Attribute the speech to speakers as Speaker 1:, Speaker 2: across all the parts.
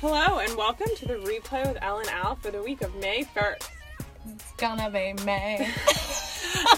Speaker 1: Hello and welcome to the replay with Ellen Al for the week of May 1st.
Speaker 2: It's gonna be May.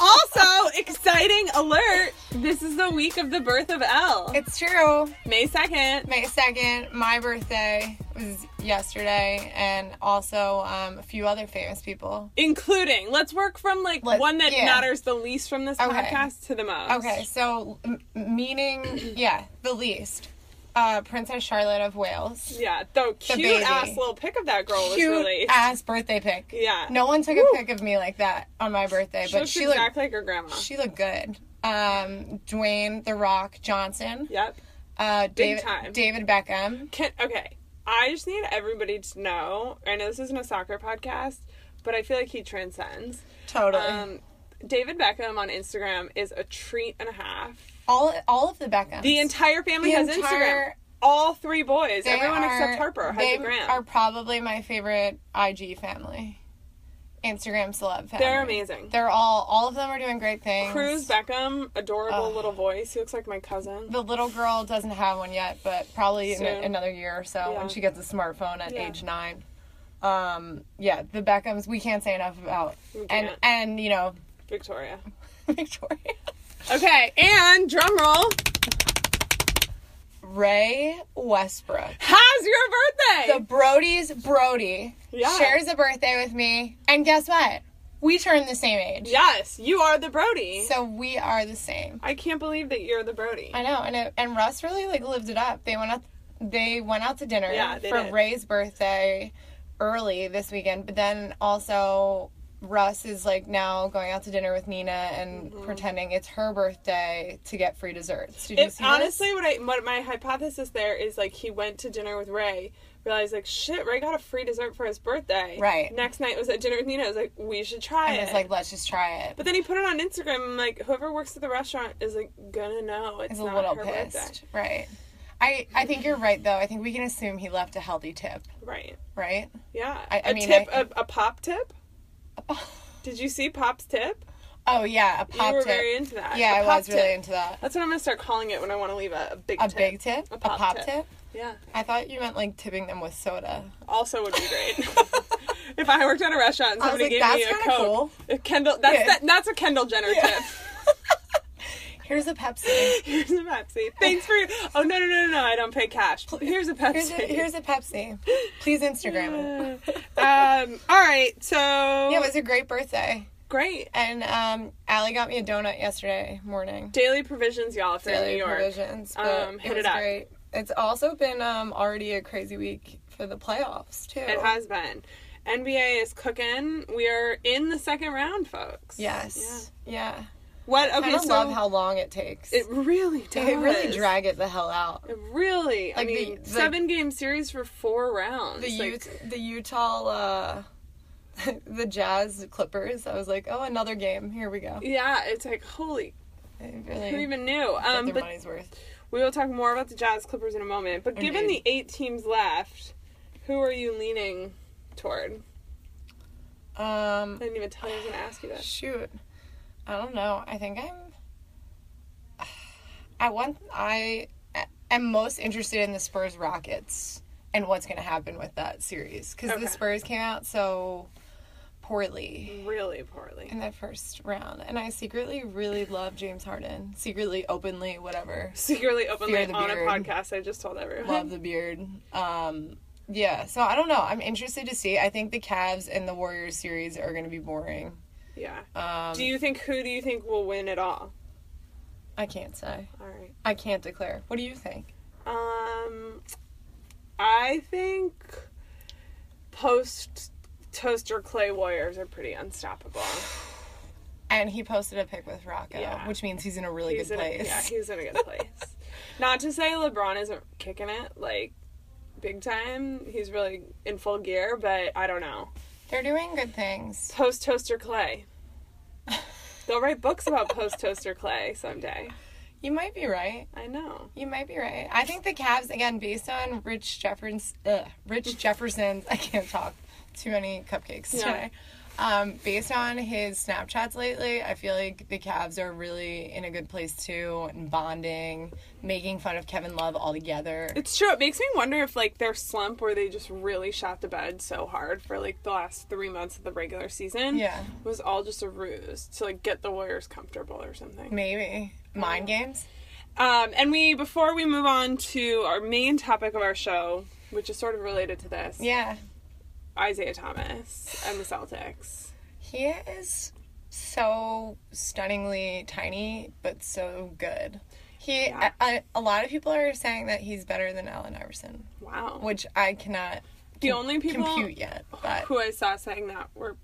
Speaker 1: also, exciting alert! This is the week of the birth of Elle.
Speaker 2: it's true.
Speaker 1: May 2nd.
Speaker 2: May 2nd, my birthday was yesterday, and also um, a few other famous people.
Speaker 1: Including, let's work from like
Speaker 2: Let's-
Speaker 1: one that
Speaker 2: yeah.
Speaker 1: matters the least from this
Speaker 2: Okay.
Speaker 1: podcast to the most.
Speaker 2: Okay, so m- meaning, yeah, the least. Uh, Princess Charlotte of Wales.
Speaker 1: Yeah, the cute
Speaker 2: baby.
Speaker 1: ass little pic of that girl
Speaker 2: Cute
Speaker 1: was released.
Speaker 2: ass birthday pic.
Speaker 1: Yeah.
Speaker 2: No one took
Speaker 1: Woo.
Speaker 2: a pic of me like that on my birthday,
Speaker 1: she
Speaker 2: but
Speaker 1: looks
Speaker 2: she looked
Speaker 1: exactly like her grandma.
Speaker 2: she looked good. Um, Dwayne the Rock Johnson.
Speaker 1: yep.
Speaker 2: Uh, David
Speaker 1: time.
Speaker 2: David Beckham.
Speaker 1: Can, okay, I just need everybody to know. I know this isn't a soccer podcast, but I feel like he transcends.
Speaker 2: Totally.
Speaker 1: Um, David Beckham on Instagram is a treat and a half.
Speaker 2: all all of the Beckhams.
Speaker 1: The entire family
Speaker 2: The
Speaker 1: has Instagram.
Speaker 2: entire-
Speaker 1: All three boys.
Speaker 2: They
Speaker 1: Everyone
Speaker 2: are-
Speaker 1: except Harper has
Speaker 2: they
Speaker 1: a gram.
Speaker 2: are probably my favorite IG family, Instagram celeb family.
Speaker 1: They're amazing.
Speaker 2: They're all all of them are doing great things.
Speaker 1: Cruz Beckham, adorable
Speaker 2: Ugh.
Speaker 1: little voice. He looks like my cousin.
Speaker 2: The little girl doesn't have one yet, but probably in
Speaker 1: Soon.
Speaker 2: a, another year or so
Speaker 1: Yeah.
Speaker 2: when she gets a smartphone at
Speaker 1: Yeah.
Speaker 2: age nine. Um, yeah, the Beckhams we can't say enough about,
Speaker 1: We
Speaker 2: and
Speaker 1: can't.
Speaker 2: and you know
Speaker 1: Victoria.
Speaker 2: Victoria,
Speaker 1: Okay, and drum roll
Speaker 2: Ray Westbrook.
Speaker 1: has your
Speaker 2: The
Speaker 1: birthday.
Speaker 2: Brody's Brody
Speaker 1: Yeah.
Speaker 2: shares a birthday with me, and guess what? We turn the same age.
Speaker 1: yes, you are the Brody.
Speaker 2: So we are the same.
Speaker 1: I can't believe that you're the Brody.
Speaker 2: I know, and it, and Russ really like lived it up. They went out, they went out to dinner
Speaker 1: Yeah, they
Speaker 2: for
Speaker 1: did.
Speaker 2: Ray's birthday early this weekend, but then also Russ is like now going out to dinner with Nina and
Speaker 1: Mm-hmm.
Speaker 2: pretending it's her birthday to get free desserts. Did you
Speaker 1: It's
Speaker 2: see
Speaker 1: honestly what I what my hypothesis there is like he went to dinner with Ray, realized like shit, Ray got a free dessert for his birthday.
Speaker 2: Right.
Speaker 1: Next night was at dinner with Nina. I was like, we should try
Speaker 2: this? And
Speaker 1: it.
Speaker 2: it's like let's just try it.
Speaker 1: but then he put it on Instagram. and like whoever works at the restaurant is like gonna know it's
Speaker 2: He's a
Speaker 1: not
Speaker 2: little
Speaker 1: her
Speaker 2: pissed,
Speaker 1: birthday.
Speaker 2: right? I I think you're right though. I think we can assume he left a healthy tip,
Speaker 1: Right.
Speaker 2: right?
Speaker 1: Yeah.
Speaker 2: I-
Speaker 1: A
Speaker 2: I mean,
Speaker 1: tip,
Speaker 2: I-
Speaker 1: a a pop tip. Did you see Pop's tip?
Speaker 2: Oh yeah, a pop
Speaker 1: you were
Speaker 2: tip.
Speaker 1: very into that.
Speaker 2: yeah,
Speaker 1: A
Speaker 2: I
Speaker 1: pop
Speaker 2: was really
Speaker 1: tip.
Speaker 2: into that.
Speaker 1: That's what I'm gonna start calling it when I want to leave a, a big
Speaker 2: A
Speaker 1: tip.
Speaker 2: big tip?
Speaker 1: A
Speaker 2: A
Speaker 1: pop
Speaker 2: pop,
Speaker 1: tip.
Speaker 2: tip.
Speaker 1: Yeah.
Speaker 2: I thought you meant like tipping them with soda.
Speaker 1: Also would be great. if I worked at a restaurant and
Speaker 2: I was
Speaker 1: somebody
Speaker 2: like,
Speaker 1: gave me
Speaker 2: "That's
Speaker 1: a
Speaker 2: kinda
Speaker 1: coke,
Speaker 2: cool."
Speaker 1: if Kendall, that's
Speaker 2: Yeah.
Speaker 1: that, that's a Kendall Jenner
Speaker 2: Yeah.
Speaker 1: tip.
Speaker 2: Here's a Pepsi.
Speaker 1: Here's a Pepsi. Thanks for. Oh no no no no! no, I don't pay cash. Here's a Pepsi.
Speaker 2: Here's a, here's a Pepsi. Please Instagram it.
Speaker 1: um. All right. So
Speaker 2: Yeah, it was a great birthday.
Speaker 1: great.
Speaker 2: And um, Allie got me a donut yesterday morning.
Speaker 1: Daily provisions, y'all. If you're in
Speaker 2: Daily
Speaker 1: New York.
Speaker 2: provisions. but
Speaker 1: Um, hit
Speaker 2: it
Speaker 1: it
Speaker 2: was
Speaker 1: up.
Speaker 2: great. It's also been um, already a crazy week for the playoffs too.
Speaker 1: It has been. NBA is cooking. We are in the second round, folks.
Speaker 2: Yes. Yeah.
Speaker 1: Yeah. What?
Speaker 2: I
Speaker 1: Okay.
Speaker 2: don't
Speaker 1: So
Speaker 2: love how long it takes.
Speaker 1: it really does.
Speaker 2: They really drag it the hell out.
Speaker 1: It really. I
Speaker 2: Like, the-
Speaker 1: mean,
Speaker 2: the-
Speaker 1: seven game series for four rounds.
Speaker 2: The
Speaker 1: Like,
Speaker 2: Ut- the Utah uh, the Jazz Clippers. I was like, oh, another game. Here we go.
Speaker 1: Yeah, it's like holy,
Speaker 2: I
Speaker 1: who
Speaker 2: really
Speaker 1: even knew?
Speaker 2: get
Speaker 1: Um,
Speaker 2: their
Speaker 1: but
Speaker 2: money's worth.
Speaker 1: we will talk more about the Jazz Clippers in a moment. But given the
Speaker 2: Indeed.
Speaker 1: eight teams left, who are you leaning toward? I
Speaker 2: Um,
Speaker 1: didn't even tell you I was gonna ask you that.
Speaker 2: shoot, I don't know. I think I'm. I want. I am most interested in the Spurs Rockets and what's going to happen with that series because
Speaker 1: Okay.
Speaker 2: the Spurs came out so poorly
Speaker 1: Really poorly.
Speaker 2: in that first round, and I secretly really love James Harden. Secretly, openly, whatever.
Speaker 1: Secretly, openly
Speaker 2: Fear the
Speaker 1: on a
Speaker 2: beard.
Speaker 1: podcast, I just told everyone.
Speaker 2: love the beard. Um, yeah, so I don't know. I'm interested to see. I think the Cavs and the Warriors series are going to be boring.
Speaker 1: Yeah.
Speaker 2: Um,
Speaker 1: do you think who do you think will win at all?
Speaker 2: I can't say.
Speaker 1: All right.
Speaker 2: I can't declare. What do you think?
Speaker 1: Um, I think post toaster clay warriors are pretty unstoppable.
Speaker 2: And he posted a pic with Rocco,
Speaker 1: Yeah.
Speaker 2: which means he's in a really
Speaker 1: he's in
Speaker 2: good
Speaker 1: a-
Speaker 2: place.
Speaker 1: yeah, he's in a good place. Not to say LeBron isn't kicking it like big time. He's really in full gear, but I don't know.
Speaker 2: They're doing good things.
Speaker 1: Post toaster clay. They'll write books about post toaster clay someday.
Speaker 2: You might be right.
Speaker 1: I know.
Speaker 2: You might be right. I think the Cavs again, based on Rich Jefferson's, uh, Rich Jefferson's. I can't talk. Too many cupcakes
Speaker 1: Yeah.
Speaker 2: today. Um, based on his Snapchats lately, I feel like the Cavs are really in a good place too, and bonding, making fun of Kevin Love altogether.
Speaker 1: It's true. It makes me wonder if like their slump where they just really shot the bed so hard for like the last three months of the regular season
Speaker 2: Yeah.
Speaker 1: was all just a ruse to like get the Warriors comfortable or something.
Speaker 2: Maybe mind games.
Speaker 1: Um, and we before we move on to our main topic of our show, which is sort of related to this,
Speaker 2: Yeah,
Speaker 1: Isaiah Thomas and the Celtics.
Speaker 2: he is so stunningly tiny, but so good. He,
Speaker 1: Yeah.
Speaker 2: a, a, a lot of people are saying that he's better than Allen Iverson,
Speaker 1: Wow.
Speaker 2: which I cannot
Speaker 1: the only people
Speaker 2: compute yet. But
Speaker 1: who I saw saying that were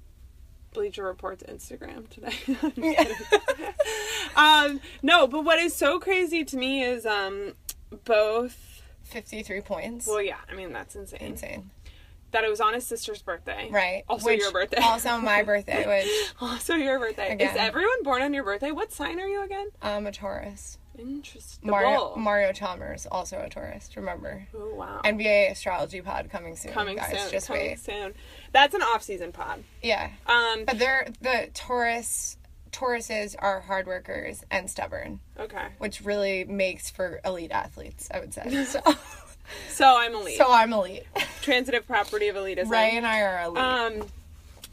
Speaker 1: Bleacher Report's Instagram today. I'm
Speaker 2: Yeah.
Speaker 1: kidding. um, no, but what is so crazy to me is um, both.
Speaker 2: fifty-three points,
Speaker 1: Well, yeah, I mean that's insane.
Speaker 2: insane,
Speaker 1: That it was on his sister's birthday,
Speaker 2: right?
Speaker 1: Also
Speaker 2: Which-
Speaker 1: your birthday.
Speaker 2: also my birthday, which
Speaker 1: also your birthday.
Speaker 2: Again.
Speaker 1: Is everyone born on your birthday? What sign are you again?
Speaker 2: I'm a Taurus.
Speaker 1: Interesting. The
Speaker 2: Mario,
Speaker 1: bull.
Speaker 2: Mario Chalmers, also a Taurus. Remember,
Speaker 1: oh wow.
Speaker 2: NBA astrology pod coming soon.
Speaker 1: coming
Speaker 2: guys,
Speaker 1: soon.
Speaker 2: Just
Speaker 1: coming
Speaker 2: wait.
Speaker 1: soon. That's an off-season pod.
Speaker 2: Yeah,
Speaker 1: Um.
Speaker 2: but they're the Taurus. Tauruses are hard workers and stubborn,
Speaker 1: Okay.
Speaker 2: which really makes for elite athletes. I would say. So,
Speaker 1: So I'm elite.
Speaker 2: so I'm elite.
Speaker 1: Transitive property of elitism.
Speaker 2: Ray and I are elite.
Speaker 1: Um,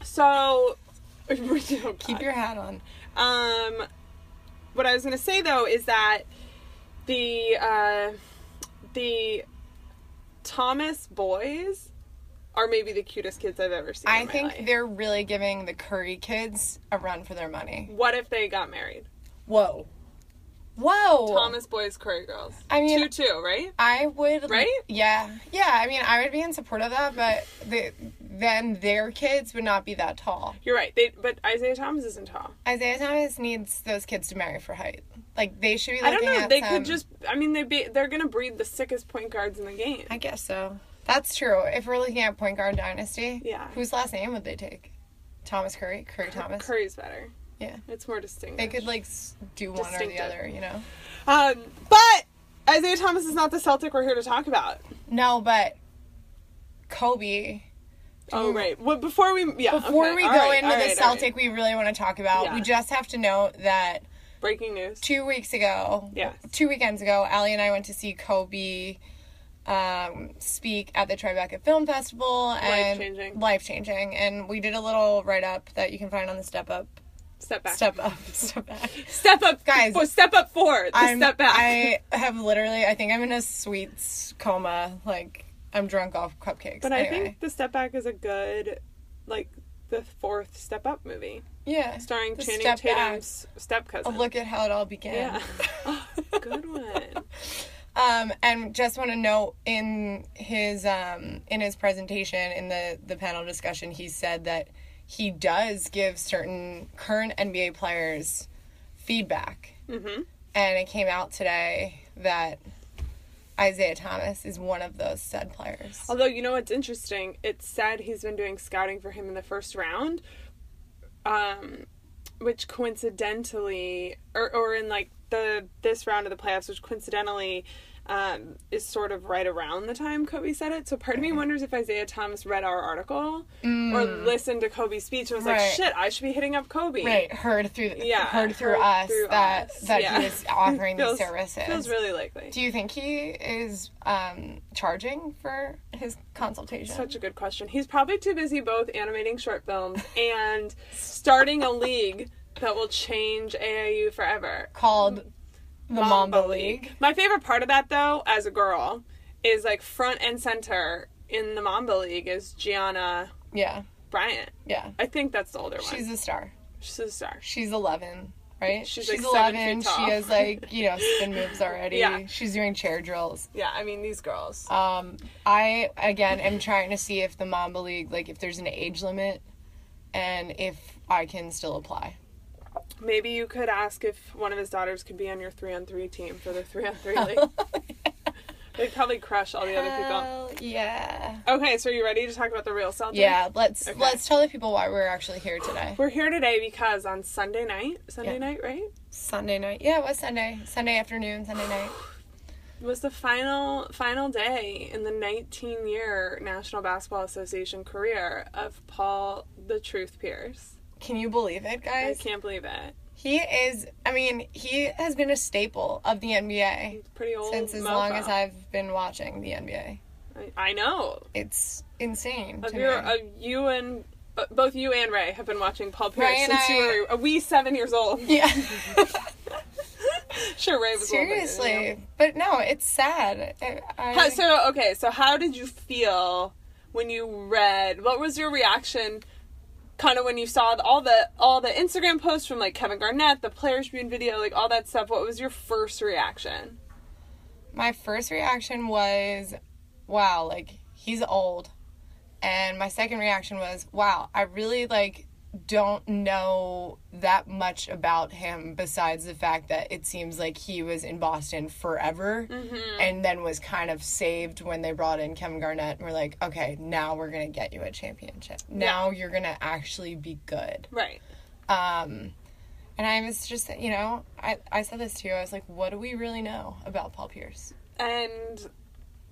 Speaker 1: so
Speaker 2: Keep your hat on.
Speaker 1: um, what I was gonna say though is that the uh, the Thomas boys are maybe the cutest kids I've ever seen.
Speaker 2: I
Speaker 1: in my
Speaker 2: think
Speaker 1: life.
Speaker 2: they're really giving the Curry kids a run for their money.
Speaker 1: What if they got married?
Speaker 2: Whoa, whoa,
Speaker 1: Thomas boys, Curry girls.
Speaker 2: I mean-
Speaker 1: two two, right?
Speaker 2: I would,
Speaker 1: Right?
Speaker 2: Yeah, yeah. I mean, I would be in support of that, but the, then their kids would not be that tall.
Speaker 1: You're right. They, but Isaiah Thomas isn't tall.
Speaker 2: Isaiah Thomas needs those kids to marry for height. Like they should be.
Speaker 1: I
Speaker 2: Looking
Speaker 1: don't know.
Speaker 2: At
Speaker 1: They
Speaker 2: some,
Speaker 1: could just. I mean, they be. They're gonna breed the sickest point guards in the game.
Speaker 2: I guess so. That's true. If we're looking at point guard dynasty,
Speaker 1: Yeah.
Speaker 2: Whose last name would they take? Thomas Curry, Curry Thomas.
Speaker 1: Curry's better.
Speaker 2: Yeah.
Speaker 1: it's more distinct.
Speaker 2: They could like s- do one or the
Speaker 1: Distinctive.
Speaker 2: other, you know.
Speaker 1: Um, but Isaiah Thomas is not the Celtic we're here to talk about.
Speaker 2: No, but Kobe.
Speaker 1: Oh right. Well, before we yeah
Speaker 2: Mm. Before
Speaker 1: okay,
Speaker 2: we go
Speaker 1: all right,
Speaker 2: into
Speaker 1: all
Speaker 2: the
Speaker 1: right, all right.
Speaker 2: Celtic, we really want to talk about.
Speaker 1: Yeah.
Speaker 2: We just have to note that
Speaker 1: breaking news.
Speaker 2: two weeks ago,
Speaker 1: Yes.
Speaker 2: two weekends ago, Allie and I went to see Kobe um, speak at the Tribeca Film Festival. and
Speaker 1: Life-changing.
Speaker 2: Life changing. And we did a little write up that you can find on the Step Up.
Speaker 1: Step back. Step,
Speaker 2: Step Up. Step Back.
Speaker 1: up,
Speaker 2: Guys,
Speaker 1: For, step up forward. The
Speaker 2: I'm-
Speaker 1: step back.
Speaker 2: I have literally, I think I'm in a sweets coma. Like, I'm drunk off cupcakes.
Speaker 1: but I
Speaker 2: anyway.
Speaker 1: think the step back is a good, like the fourth step up movie
Speaker 2: yeah.
Speaker 1: starring
Speaker 2: The
Speaker 1: Channing
Speaker 2: Step Back.
Speaker 1: Tatum's step
Speaker 2: A
Speaker 1: cousin.
Speaker 2: look at how it all began.
Speaker 1: yeah.
Speaker 2: Oh.
Speaker 1: Good one.
Speaker 2: Um, and just want to note in his um, in his presentation in the the panel discussion, he said that he does give certain current NBA players feedback,
Speaker 1: Mm-hmm.
Speaker 2: and it came out today that Isaiah Thomas is one of those said players.
Speaker 1: Although you know what's interesting, it said he's been doing scouting for him in the first round, um, which coincidentally, or or in like the this round of the playoffs, which coincidentally um, is sort of right around the time Kobe said it. So part of me wonders if Isaiah Thomas read our article or listened to Kobe's speech and was
Speaker 2: Mm. Right.
Speaker 1: like, "Shit, I should be hitting up Kobe."
Speaker 2: Right, heard through
Speaker 1: Yeah,
Speaker 2: heard through
Speaker 1: heard
Speaker 2: us
Speaker 1: through
Speaker 2: that
Speaker 1: us,
Speaker 2: that
Speaker 1: yeah.
Speaker 2: he was offering
Speaker 1: Feels,
Speaker 2: these services.
Speaker 1: feels really likely.
Speaker 2: Do you think he is um, charging for his consultation?
Speaker 1: Such a good question. He's probably too busy both animating short films and starting a league that will change AAU forever.
Speaker 2: called the Mamba, League.
Speaker 1: My favorite part of that, though, as a girl, is like front and center in the Mamba League is Gianna
Speaker 2: Yeah,
Speaker 1: Bryant.
Speaker 2: yeah.
Speaker 1: I think that's the older
Speaker 2: She's
Speaker 1: one.
Speaker 2: a star.
Speaker 1: She's a star.
Speaker 2: She's 11, right?
Speaker 1: She's, like, seven feet
Speaker 2: She
Speaker 1: tall.
Speaker 2: has like, you know, spin moves already.
Speaker 1: Yeah.
Speaker 2: She's doing chair drills.
Speaker 1: Yeah, I mean, these girls.
Speaker 2: Um, I again am trying to see if the Mamba League, like, if there's an age limit, and if I can still apply.
Speaker 1: Maybe you could ask if one of his daughters could be on your three on three team for the three on three league. They'd probably crush all the other people.
Speaker 2: Hell yeah.
Speaker 1: Okay, so are you ready to talk about the real Celtics?
Speaker 2: Yeah. Let's
Speaker 1: Okay.
Speaker 2: let's tell the people why we're actually here today.
Speaker 1: We're here today because on Sunday night, Sunday
Speaker 2: Yeah.
Speaker 1: night, right?
Speaker 2: Sunday night. Yeah, it was Sunday. Sunday afternoon. Sunday night.
Speaker 1: was the final final day in the 19 year National Basketball Association career of Paul the Truth Pierce.
Speaker 2: Can you believe it,
Speaker 1: I
Speaker 2: guys?
Speaker 1: can't believe it.
Speaker 2: He is, I mean, he has been a staple of the NBA
Speaker 1: He's pretty old.
Speaker 2: since as
Speaker 1: mofo.
Speaker 2: long as I've been watching the NBA.
Speaker 1: I, I know.
Speaker 2: It's insane.
Speaker 1: Of
Speaker 2: to
Speaker 1: your,
Speaker 2: me.
Speaker 1: of you and uh, both you and Ray have been watching Paul Pierce
Speaker 2: Ray and
Speaker 1: since
Speaker 2: I-
Speaker 1: you were a wee seven years old.
Speaker 2: yeah.
Speaker 1: sure, Ray was older than you.
Speaker 2: Seriously. But no, it's sad. I, I-
Speaker 1: How, so okay, so how did you feel when you read? What was your reaction? Kind of when you saw the, all the all the Instagram posts from like Kevin Garnett, the Players Tribune video, like all that stuff. What was your first reaction?
Speaker 2: my first reaction was, wow, like he's old. And my second reaction was, wow, I really like don't know that much about him besides the fact that it seems like he was in Boston forever and then was kind of saved when they brought in Kevin Garnett and we're like, okay, now we're going to get you a championship. Now you're going to actually be good.
Speaker 1: Right.
Speaker 2: Um, and I was just, you know, I, I said this to you. I was like, what do we really know about Paul Pierce?
Speaker 1: And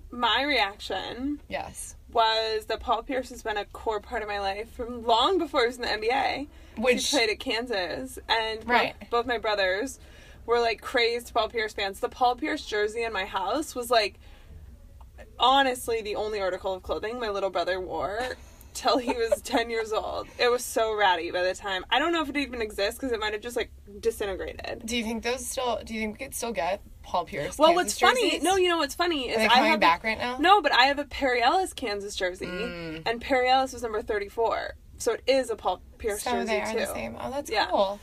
Speaker 1: my reaction
Speaker 2: Yes.
Speaker 1: was that Paul Pierce has been a core part of my life from long before he was in the NBA.
Speaker 2: Which,
Speaker 1: he played at Kansas, and both-
Speaker 2: Right.
Speaker 1: both, my brothers were like crazed Paul Pierce fans. The Paul Pierce jersey in my house was like honestly the only article of clothing my little brother wore till he was 10 years old. It was so ratty by the time. I don't know if it even exists because it might have just like disintegrated.
Speaker 2: do you think those still, do you think we could still get Paul Pierce?
Speaker 1: Well, what's
Speaker 2: Kansas
Speaker 1: funny?
Speaker 2: jerseys?
Speaker 1: No, you know what's funny is
Speaker 2: Are they
Speaker 1: I
Speaker 2: coming
Speaker 1: have
Speaker 2: back right now?
Speaker 1: no, but I have a Perry Ellis Kansas jersey,
Speaker 2: Mm.
Speaker 1: and Perry Ellis was number thirty-four, so it is a Paul Pierce
Speaker 2: So
Speaker 1: jersey
Speaker 2: they are
Speaker 1: too.
Speaker 2: the same. Oh, that's
Speaker 1: Yeah.
Speaker 2: cool.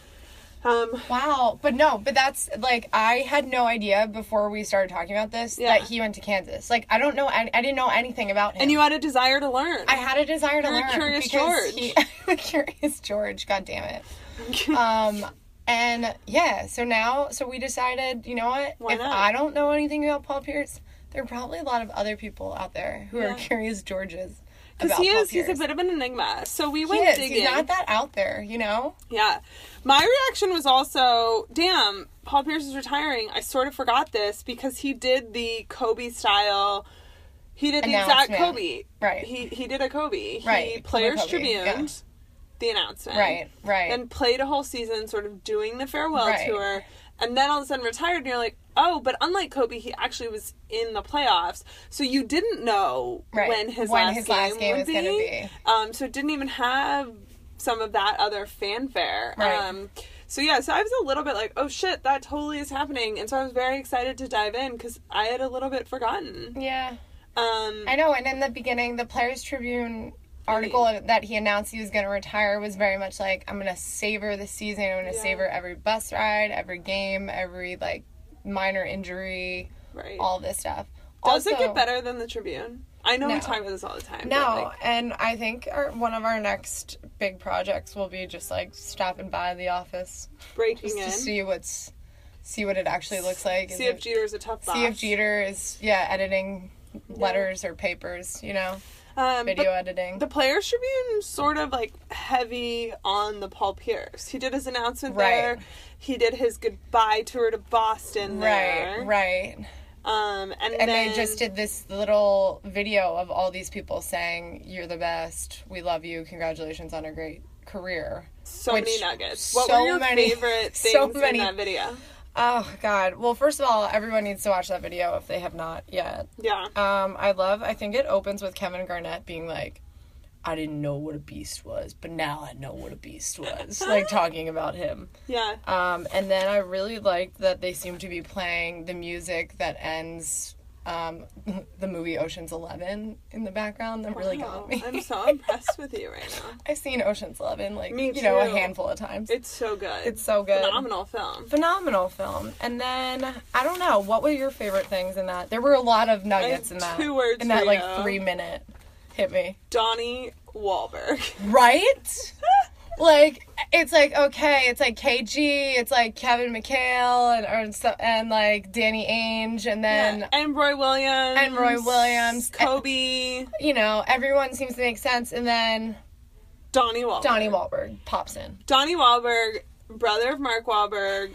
Speaker 1: Um,
Speaker 2: Wow. But no, but that's like, I had no idea before we started talking about this
Speaker 1: Yeah.
Speaker 2: that he went to Kansas. Like, I don't know, I, I didn't know anything about him.
Speaker 1: and you had a desire to learn.
Speaker 2: I had a desire to
Speaker 1: You're a
Speaker 2: learn.
Speaker 1: curious
Speaker 2: because
Speaker 1: George.
Speaker 2: He, I'm a curious George, god damn it. um and yeah so now so we decided you know what
Speaker 1: Why
Speaker 2: if
Speaker 1: not?
Speaker 2: i don't know anything about paul pierce there are probably a lot of other people out there who
Speaker 1: Yeah.
Speaker 2: are curious georges
Speaker 1: Because
Speaker 2: about
Speaker 1: he
Speaker 2: Paul
Speaker 1: is, he's a
Speaker 2: Pierce.
Speaker 1: bit of an enigma. So we
Speaker 2: he
Speaker 1: went
Speaker 2: is.
Speaker 1: digging.
Speaker 2: He's not that out there, you know?
Speaker 1: yeah. My reaction was also, damn, Paul Pierce is retiring. I sort of forgot this because he did the Kobe style. He did the exact
Speaker 2: Announcement.
Speaker 1: Kobe.
Speaker 2: Right.
Speaker 1: He he did a Kobe. He
Speaker 2: Right.
Speaker 1: Players
Speaker 2: Kobe,
Speaker 1: Tribune.
Speaker 2: yeah.
Speaker 1: The announcement.
Speaker 2: Right, right.
Speaker 1: And played a whole season, sort of doing the farewell
Speaker 2: Right.
Speaker 1: tour, and then all of a sudden retired. And you're like, oh, but unlike Kobe, he actually was in the playoffs, so you didn't know
Speaker 2: Right.
Speaker 1: when his
Speaker 2: When
Speaker 1: last
Speaker 2: his
Speaker 1: game
Speaker 2: last game
Speaker 1: would
Speaker 2: was gonna be.
Speaker 1: Um, so it didn't even have some of that other fanfare.
Speaker 2: Right.
Speaker 1: Um, so yeah, so I was a little bit like, oh shit, that totally is happening, and so I was very excited to dive in because I had a little bit forgotten.
Speaker 2: yeah.
Speaker 1: Um,
Speaker 2: I know, and in the beginning, the Players Tribune article that he announced he was going to retire was very much like, I'm going to savor the season. I'm going to
Speaker 1: Yeah.
Speaker 2: savor every bus ride, every game, every, like, minor injury,
Speaker 1: right.
Speaker 2: all this stuff.
Speaker 1: Does it
Speaker 2: Also-
Speaker 1: get better than the Tribune? I know we
Speaker 2: No.
Speaker 1: talk about this all the time. but,
Speaker 2: No,
Speaker 1: like,
Speaker 2: and I think our, one of our next big projects will be just like stopping by the office just
Speaker 1: breaking
Speaker 2: to
Speaker 1: in.
Speaker 2: see what's see what it actually looks like. Is
Speaker 1: See if
Speaker 2: it-
Speaker 1: Jeter's a tough boss.
Speaker 2: see if Jeter is yeah editing letters or papers, you know,
Speaker 1: um,
Speaker 2: video
Speaker 1: but
Speaker 2: editing.
Speaker 1: The Players Tribune sort of like heavy on the Paul Pierce. He did his announcement
Speaker 2: Right.
Speaker 1: there. He did his goodbye tour to Boston there.
Speaker 2: Right, right.
Speaker 1: Um, and,
Speaker 2: And
Speaker 1: then,
Speaker 2: they just did this little video of all these people saying, "You're the best. We love you. Congratulations on a great career."
Speaker 1: so
Speaker 2: which-
Speaker 1: many nuggets. What
Speaker 2: so
Speaker 1: were your
Speaker 2: many-
Speaker 1: favorite things
Speaker 2: so
Speaker 1: in
Speaker 2: many.
Speaker 1: that video?
Speaker 2: Oh God! Well, first of all, everyone needs to watch that video if they have not yet.
Speaker 1: Yeah.
Speaker 2: Um, I love. I think it opens with Kevin Garnett being like, "I didn't know what a beast was, but now I know what a beast was." like talking about him.
Speaker 1: Yeah.
Speaker 2: Um, and then I really liked that they seem to be playing the music that ends um, the movie Ocean's Eleven in the background. That really
Speaker 1: Wow.
Speaker 2: got me.
Speaker 1: I'm so impressed with you right now.
Speaker 2: I've seen Ocean's Eleven like
Speaker 1: Me
Speaker 2: you know a
Speaker 1: too.
Speaker 2: handful of times.
Speaker 1: It's so good.
Speaker 2: It's so good.
Speaker 1: Phenomenal film.
Speaker 2: Phenomenal film. And then I don't know what were your favorite things in that. There were a lot of nuggets in that.
Speaker 1: two words
Speaker 2: in
Speaker 1: for
Speaker 2: that like
Speaker 1: you.
Speaker 2: three minute hit me.
Speaker 1: Donnie Wahlberg.
Speaker 2: Right? like it's like okay, it's like KG, it's like Kevin McHale and or, so- and like Danny Ainge, and then
Speaker 1: Yeah. and Roy Williams.
Speaker 2: And Roy Williams.
Speaker 1: Kobe.
Speaker 2: you know everyone seems to make sense, and then
Speaker 1: Donnie Wahlberg.
Speaker 2: Donnie Wahlberg pops in.
Speaker 1: Donnie Wahlberg, brother of Mark Wahlberg,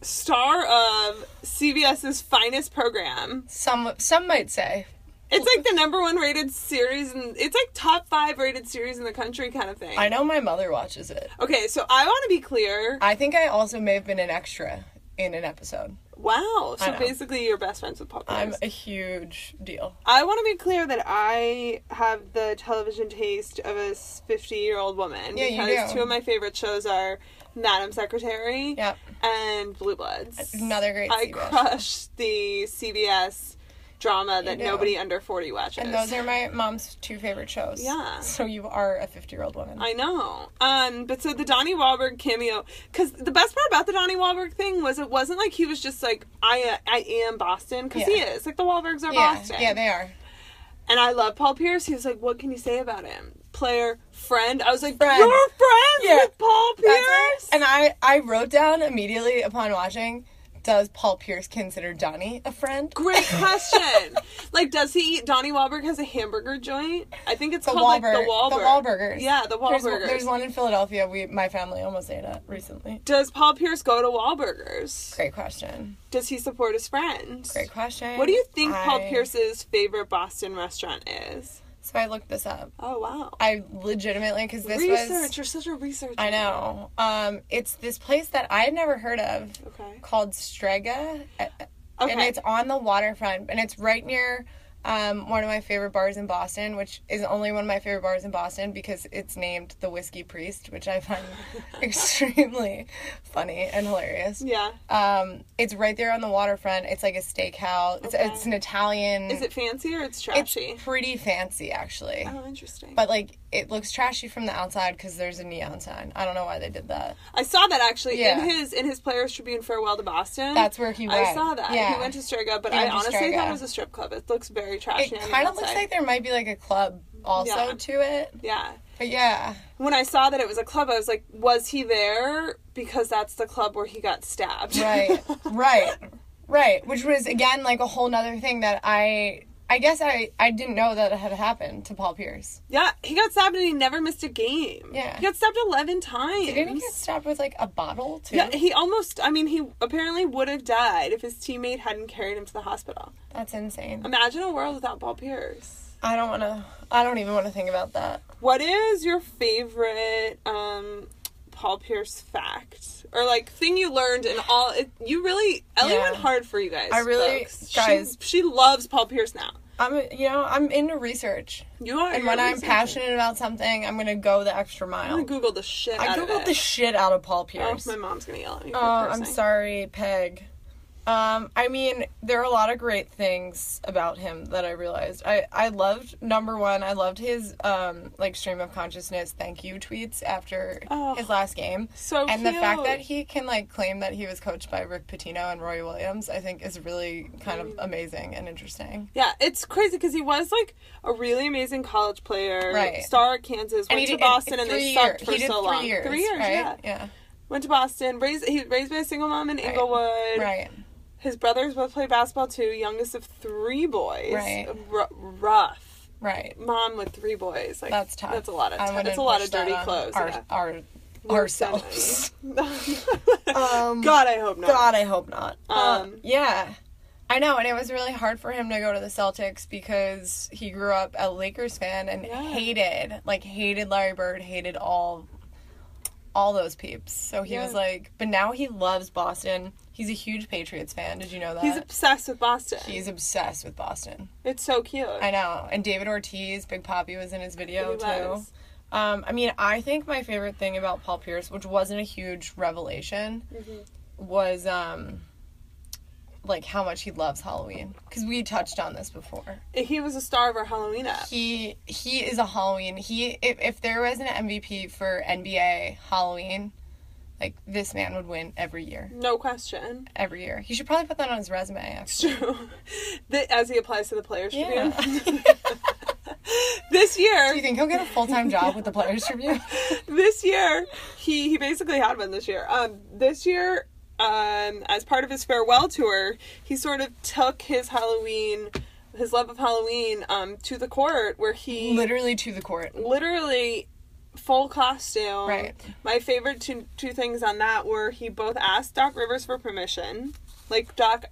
Speaker 1: star of CBS's finest program.
Speaker 2: Some some might say.
Speaker 1: It's like the number one rated series, and it's like top five rated series in the country, kind of thing.
Speaker 2: I know my mother watches it.
Speaker 1: Okay, so I want to be clear.
Speaker 2: I think I also may have been an extra in an episode.
Speaker 1: Wow, so
Speaker 2: know.
Speaker 1: basically you're best friends with Pop
Speaker 2: I'm
Speaker 1: Rose.
Speaker 2: a huge deal.
Speaker 1: I want to be clear that I have the television taste of a 50 year old woman
Speaker 2: Yeah, you
Speaker 1: because
Speaker 2: do.
Speaker 1: two of my favorite shows are Madam Secretary
Speaker 2: Yep.
Speaker 1: and Blue Bloods.
Speaker 2: Another great
Speaker 1: I
Speaker 2: CBS.
Speaker 1: crush the CBS drama that
Speaker 2: do.
Speaker 1: nobody under 40 watches.
Speaker 2: And those are my mom's two favorite shows.
Speaker 1: Yeah.
Speaker 2: So you are a 50 year old woman.
Speaker 1: I know. Um, but so the Donnie Wahlberg cameo, because the best part about the Donnie Wahlberg thing was it wasn't like he was just like I uh, I am Boston because he
Speaker 2: Yeah.
Speaker 1: is like the Wahlbergs are
Speaker 2: yeah.
Speaker 1: Boston.
Speaker 2: Yeah, they are.
Speaker 1: and I love Paul Pierce. He was like, "What can you say about him? Player, friend." I was like,
Speaker 2: Friend.
Speaker 1: "You're friends
Speaker 2: Yeah.
Speaker 1: with Paul Pierce."
Speaker 2: That's it. And I, I wrote down immediately upon watching Does Paul Pierce consider Donnie a friend?
Speaker 1: Great question. like, does he? eat Donnie Wahlberg has a hamburger joint. I think it's called like the
Speaker 2: Wahlberg-
Speaker 1: Wahlberg.
Speaker 2: The Wahlburgers.
Speaker 1: Yeah, the
Speaker 2: There's-
Speaker 1: Wahlburgers.
Speaker 2: There's, one in Philadelphia. We, my family almost ate it recently.
Speaker 1: Does Paul Pierce go to Wahlburgers?
Speaker 2: Great question.
Speaker 1: Does he support his friends?
Speaker 2: Great question.
Speaker 1: What do you think Paul
Speaker 2: I-
Speaker 1: Pierce's favorite Boston restaurant is?
Speaker 2: So I looked this up.
Speaker 1: Oh wow.
Speaker 2: I legitimately because this
Speaker 1: research.
Speaker 2: was
Speaker 1: You're such a researcher.
Speaker 2: I know. Um, it's this place that I had never heard of
Speaker 1: Okay.
Speaker 2: called Strega, uh,
Speaker 1: Okay.
Speaker 2: and it's on the waterfront, and it's right near um, one of my favorite bars in Boston, which is only one of my favorite bars in Boston because it's named the Whiskey Priest, which I find extremely funny and hilarious.
Speaker 1: yeah.
Speaker 2: Um, it's right there on the waterfront. It's like a steakhouse. It's,
Speaker 1: Okay.
Speaker 2: it's an Italian.
Speaker 1: Is it fancy or it's
Speaker 2: it's
Speaker 1: trashy?
Speaker 2: pretty fancy actually.
Speaker 1: oh, interesting.
Speaker 2: But like it looks trashy from the outside because there's a neon sign. I don't know why they did that.
Speaker 1: I saw that actually
Speaker 2: Yeah.
Speaker 1: in his in his Players Tribune farewell to Boston.
Speaker 2: That's where he went.
Speaker 1: I saw that.
Speaker 2: Yeah,
Speaker 1: He went to Strega, but
Speaker 2: He
Speaker 1: I
Speaker 2: went to
Speaker 1: honestly thought
Speaker 2: Strega.
Speaker 1: it was a strip club. It looks very trashy.
Speaker 2: it
Speaker 1: on the
Speaker 2: kind of looks
Speaker 1: outside.
Speaker 2: like there might be like a club also
Speaker 1: Yeah.
Speaker 2: to it.
Speaker 1: Yeah.
Speaker 2: But yeah,
Speaker 1: When I saw that it was a club, I was like, was he there? Because that's the club where he got stabbed.
Speaker 2: right, right, right. Which was again like a whole nother thing that I I guess I I didn't know that had happened to Paul Pierce.
Speaker 1: yeah, he got stabbed and he never missed a game.
Speaker 2: Yeah.
Speaker 1: He got stabbed 11 times.
Speaker 2: Didn't he get stabbed with like a bottle too?
Speaker 1: yeah, he almost, I mean, he apparently would have died if his teammate hadn't carried him to the hospital.
Speaker 2: That's insane.
Speaker 1: Imagine a world without Paul Pierce.
Speaker 2: I don't want to. I don't even want to think about that.
Speaker 1: What is your favorite um, Paul Pierce fact or like thing you learned and all? It, you really Ellie
Speaker 2: Yeah.
Speaker 1: went hard for you guys.
Speaker 2: I really-
Speaker 1: folks.
Speaker 2: guys-
Speaker 1: She, she loves Paul Pierce now.
Speaker 2: I'm you know I'm into research.
Speaker 1: You are,
Speaker 2: And
Speaker 1: you're
Speaker 2: when I'm
Speaker 1: researching.
Speaker 2: passionate about something, I'm gonna go the extra
Speaker 1: I'm gonna
Speaker 2: mile.
Speaker 1: Google the shit.
Speaker 2: I
Speaker 1: out of
Speaker 2: googled
Speaker 1: it.
Speaker 2: the shit out of Paul
Speaker 1: Oh,
Speaker 2: Pierce.
Speaker 1: my mom's gonna yell at me. For
Speaker 2: Oh, I'm
Speaker 1: cursing.
Speaker 2: sorry, Peg. Um, I mean, there are a lot of great things about him that I realized. I, I loved number one. I loved his um like stream of consciousness thank you tweets after
Speaker 1: Oh,
Speaker 2: his last game,
Speaker 1: So
Speaker 2: and the fact
Speaker 1: cute.
Speaker 2: that he can like claim that he was coached by Rick Pitino and Roy Williams, I think is really kind of
Speaker 1: Mm.
Speaker 2: amazing and interesting.
Speaker 1: Yeah, it's crazy because he was like a really amazing college player,
Speaker 2: Right.
Speaker 1: star at Kansas, went
Speaker 2: he
Speaker 1: to
Speaker 2: did-
Speaker 1: Boston, and,
Speaker 2: three
Speaker 1: they
Speaker 2: year-
Speaker 1: sucked for
Speaker 2: he did
Speaker 1: so
Speaker 2: three
Speaker 1: long.
Speaker 2: Years,
Speaker 1: three years,
Speaker 2: right?
Speaker 1: yeah.
Speaker 2: yeah,
Speaker 1: Went to Boston, raised he was raised by a single mom in Inglewood.
Speaker 2: right.
Speaker 1: His brothers both play basketball too. Youngest of three boys.
Speaker 2: Right.
Speaker 1: R- rough
Speaker 2: Right.
Speaker 1: mom with three boys. Like
Speaker 2: That's tough.
Speaker 1: That's a lot of.
Speaker 2: I
Speaker 1: T-
Speaker 2: wouldn't
Speaker 1: that's a lot
Speaker 2: wish
Speaker 1: of
Speaker 2: that
Speaker 1: dirty
Speaker 2: on
Speaker 1: clothes.
Speaker 2: Our,
Speaker 1: yeah.
Speaker 2: our,
Speaker 1: We're
Speaker 2: ourselves.
Speaker 1: um,
Speaker 2: Um,
Speaker 1: God, I hope not.
Speaker 2: God, I hope not. Um,
Speaker 1: Um,
Speaker 2: yeah. I know, and it was really hard for him to go to the Celtics because he grew up a Lakers fan and
Speaker 1: Yeah.
Speaker 2: hated, like, hated Larry Bird, hated all, all those peeps. So he was
Speaker 1: Yeah.
Speaker 2: like, but now he loves Boston. He's a huge Patriots fan. Did you know that?
Speaker 1: He's obsessed with Boston.
Speaker 2: He's obsessed with Boston.
Speaker 1: it's so cute.
Speaker 2: I know. And David Ortiz, Big Poppy, was in his video
Speaker 1: He
Speaker 2: too.
Speaker 1: was.
Speaker 2: Um, I mean, I think my favorite thing about Paul Pierce, which wasn't a huge revelation, was um, like how much he loves Halloween because we touched on this before.
Speaker 1: He was a star of our Halloween app.
Speaker 2: He he is a Halloween. He if, if there was an MVP for NBA Halloween, like this man would win every year.
Speaker 1: No question.
Speaker 2: Every year, he should probably put that on his resume. Actually,
Speaker 1: It's true. that as he applies to the Players
Speaker 2: yeah.
Speaker 1: Tribune this year.
Speaker 2: Do you think he'll get a full time job with the Players Tribune?
Speaker 1: this year he he basically had one this year um this year um as part of his farewell tour he sort of took his halloween his love of halloween um to the court where he
Speaker 2: Literally to the court.
Speaker 1: literally full costume.
Speaker 2: Right.
Speaker 1: My favorite two two things on that were he both asked Doc Rivers for permission. Like Doc,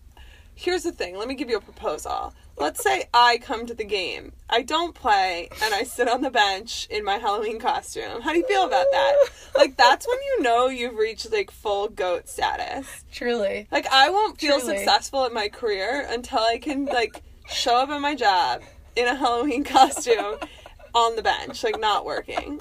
Speaker 1: here's the thing. Let me give you a proposal. Let's say I come to the game. I don't play and I sit on the bench in my Halloween costume. How do you feel about that? Like that's when you know you've reached like full goat status.
Speaker 2: Truly.
Speaker 1: Like I won't feel
Speaker 2: Truly.
Speaker 1: successful at my career until I can like show up at my job in a Halloween costume on the bench, like not working.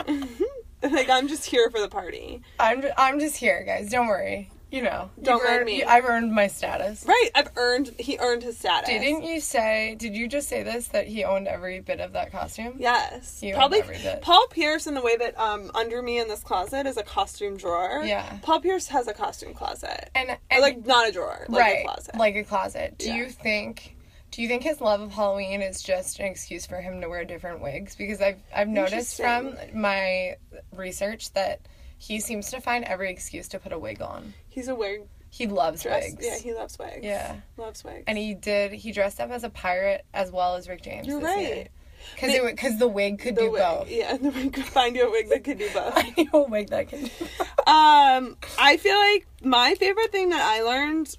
Speaker 1: like I'm just here for the party.
Speaker 2: I'm I'm just here, guys. Don't worry. You know. you've
Speaker 1: Don't mind
Speaker 2: earned-
Speaker 1: me.
Speaker 2: I've earned my status.
Speaker 1: Right, I've earned he earned his status.
Speaker 2: Didn't you say? Did you just say this that he owned every bit of that costume?
Speaker 1: Yes.
Speaker 2: You
Speaker 1: Probably
Speaker 2: remembered it.
Speaker 1: Paul Pierce in the way that um under me in this closet is a costume drawer.
Speaker 2: Yeah.
Speaker 1: Paul Pierce has a costume closet.
Speaker 2: And,
Speaker 1: Or,
Speaker 2: and
Speaker 1: like not a drawer, like
Speaker 2: right,
Speaker 1: a closet.
Speaker 2: like a closet. Do
Speaker 1: Yeah.
Speaker 2: you think? Do you think his love of Halloween is just an excuse for him to wear different wigs? Because I've I've noticed from my research that he seems to find every excuse to put a wig on.
Speaker 1: He's a wig
Speaker 2: He loves
Speaker 1: dress.
Speaker 2: wigs.
Speaker 1: Yeah, he loves wigs.
Speaker 2: Yeah.
Speaker 1: Loves wigs.
Speaker 2: and he did. He dressed up as a pirate as well as Rick James.
Speaker 1: You're
Speaker 2: this
Speaker 1: right.
Speaker 2: year. Cause it would- cause the wig could do
Speaker 1: wig.
Speaker 2: both.
Speaker 1: Yeah, the wig could find you a wig that could do both.
Speaker 2: I need a wig that could.
Speaker 1: um, I feel like my favorite thing that I learned,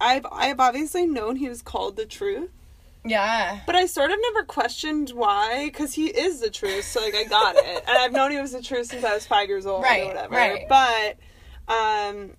Speaker 1: I've I've obviously known he was called the truth,
Speaker 2: yeah.
Speaker 1: but I sort of never questioned why, because he is the truth. So like I got it, and I've known he was the truth since I was five years old
Speaker 2: Right,
Speaker 1: or whatever.
Speaker 2: right.
Speaker 1: But um,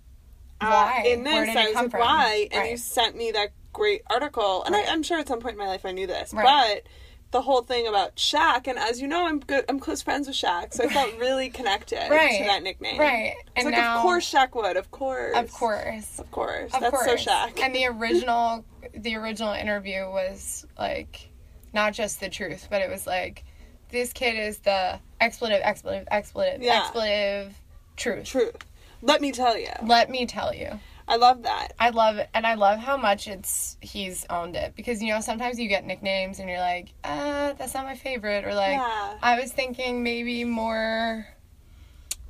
Speaker 1: uh,
Speaker 2: Why?
Speaker 1: in this
Speaker 2: Where did it
Speaker 1: I was
Speaker 2: come
Speaker 1: like,
Speaker 2: from?
Speaker 1: why? And you
Speaker 2: Right.
Speaker 1: sent me that great article, and
Speaker 2: Right.
Speaker 1: I, I'm sure at some point in my life I knew this,
Speaker 2: Right.
Speaker 1: but. The whole thing about Shaq, and as you know, I'm good. I'm close friends with Shaq, so I felt really connected
Speaker 2: Right.
Speaker 1: to that nickname.
Speaker 2: Right.
Speaker 1: It's
Speaker 2: And
Speaker 1: like,
Speaker 2: now,
Speaker 1: of course Shaq would. Of course.
Speaker 2: of course,
Speaker 1: Of course.
Speaker 2: of
Speaker 1: That's
Speaker 2: course.
Speaker 1: so Shaq.
Speaker 2: And the original, the original interview was like, not just the truth, but it was like, this kid is the expletive, expletive, expletive,
Speaker 1: Yeah.
Speaker 2: expletive, truth.
Speaker 1: Truth. Let me tell you.
Speaker 2: Let me tell you.
Speaker 1: I love that.
Speaker 2: I love it, and I love how much it's he's owned it because you know sometimes you get nicknames and you're like, uh, that's not my favorite, or like,
Speaker 1: Yeah.
Speaker 2: I was thinking maybe more,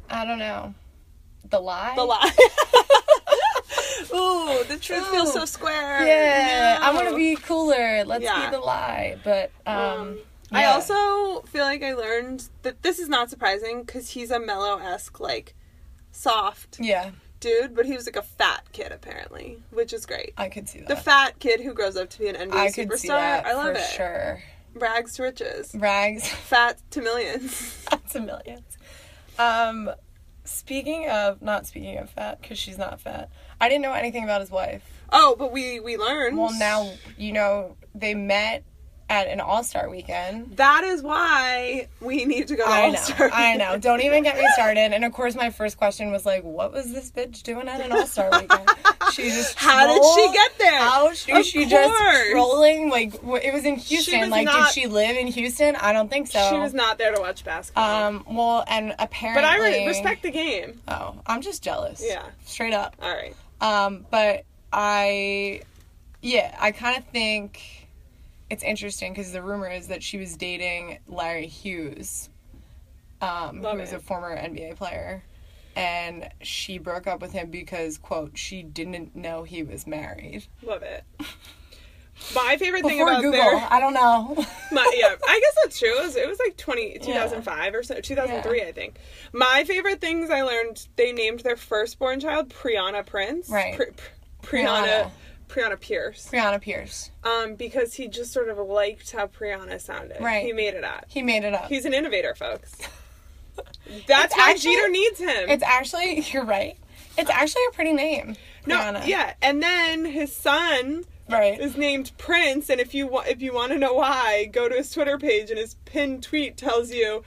Speaker 2: I don't know, the lie,
Speaker 1: The lie. Ooh, the truth feels so square.
Speaker 2: yeah, I
Speaker 1: No.
Speaker 2: want to be cooler. Let's
Speaker 1: Yeah.
Speaker 2: be the lie, but um,
Speaker 1: Um, I
Speaker 2: yeah.
Speaker 1: also feel like I learned that this is not surprising because he's a mellow esque, like, soft
Speaker 2: yeah,
Speaker 1: dude, but he was like a fat kid apparently, which is great.
Speaker 2: I could see that.
Speaker 1: The fat kid who grows up to be an NBA
Speaker 2: I
Speaker 1: superstar.
Speaker 2: could see that
Speaker 1: I love
Speaker 2: for
Speaker 1: it.
Speaker 2: sure.
Speaker 1: Rags to riches.
Speaker 2: Rags.
Speaker 1: Fat to millions.
Speaker 2: That's a million. Um, speaking of, not speaking of fat, because she's not fat. I didn't know anything about his wife.
Speaker 1: Oh, but we we learned.
Speaker 2: Well, now you know they met at an All Star weekend.
Speaker 1: that is why we need to go. To
Speaker 2: I know,
Speaker 1: All-Star
Speaker 2: I
Speaker 1: Weekend.
Speaker 2: know. Don't even get me started. And of course, my first question was like, "What was this bitch doing at an All Star weekend?" She just
Speaker 1: How did
Speaker 2: trolled
Speaker 1: she get there?
Speaker 2: How she,
Speaker 1: Of
Speaker 2: she just
Speaker 1: course.
Speaker 2: trolling? Like wh- it was in Houston.
Speaker 1: was
Speaker 2: like,
Speaker 1: not-
Speaker 2: did she live in Houston? I don't think so.
Speaker 1: She was not there to watch basketball.
Speaker 2: Um. Well, and apparently,
Speaker 1: but I re- respect the game.
Speaker 2: Oh, I'm just jealous.
Speaker 1: Yeah.
Speaker 2: Straight up.
Speaker 1: All right.
Speaker 2: Um, but I, yeah, I kind of think it's interesting because the rumor is that she was dating Larry Hughes, um,
Speaker 1: Love
Speaker 2: who was
Speaker 1: it.
Speaker 2: a former NBA player, and she broke up with him because quote she didn't know he was married.
Speaker 1: Love it. My favorite thing
Speaker 2: Before
Speaker 1: about
Speaker 2: Google,
Speaker 1: their
Speaker 2: I don't know.
Speaker 1: my, yeah, I guess that's true. It was, it was like 20, 2005 or so, 2003, I think. My favorite things I learned, they named their firstborn child Priyana Prince.
Speaker 2: Right.
Speaker 1: Pri- Pri- Priyana, Priyana Pierce.
Speaker 2: Brianna Pierce.
Speaker 1: Um, because he just sort of liked how Priyana sounded.
Speaker 2: Right.
Speaker 1: He made it up.
Speaker 2: He made it up.
Speaker 1: He's an innovator, folks. That's
Speaker 2: It's
Speaker 1: why
Speaker 2: actually-
Speaker 1: Jeter needs him.
Speaker 2: it's actually you're right. It's actually a pretty name.
Speaker 1: no,
Speaker 2: Brianna.
Speaker 1: yeah, and then his son
Speaker 2: Right.
Speaker 1: is named Prince, and if you wa- if you want to know why, go to his Twitter page, and his pinned tweet tells you,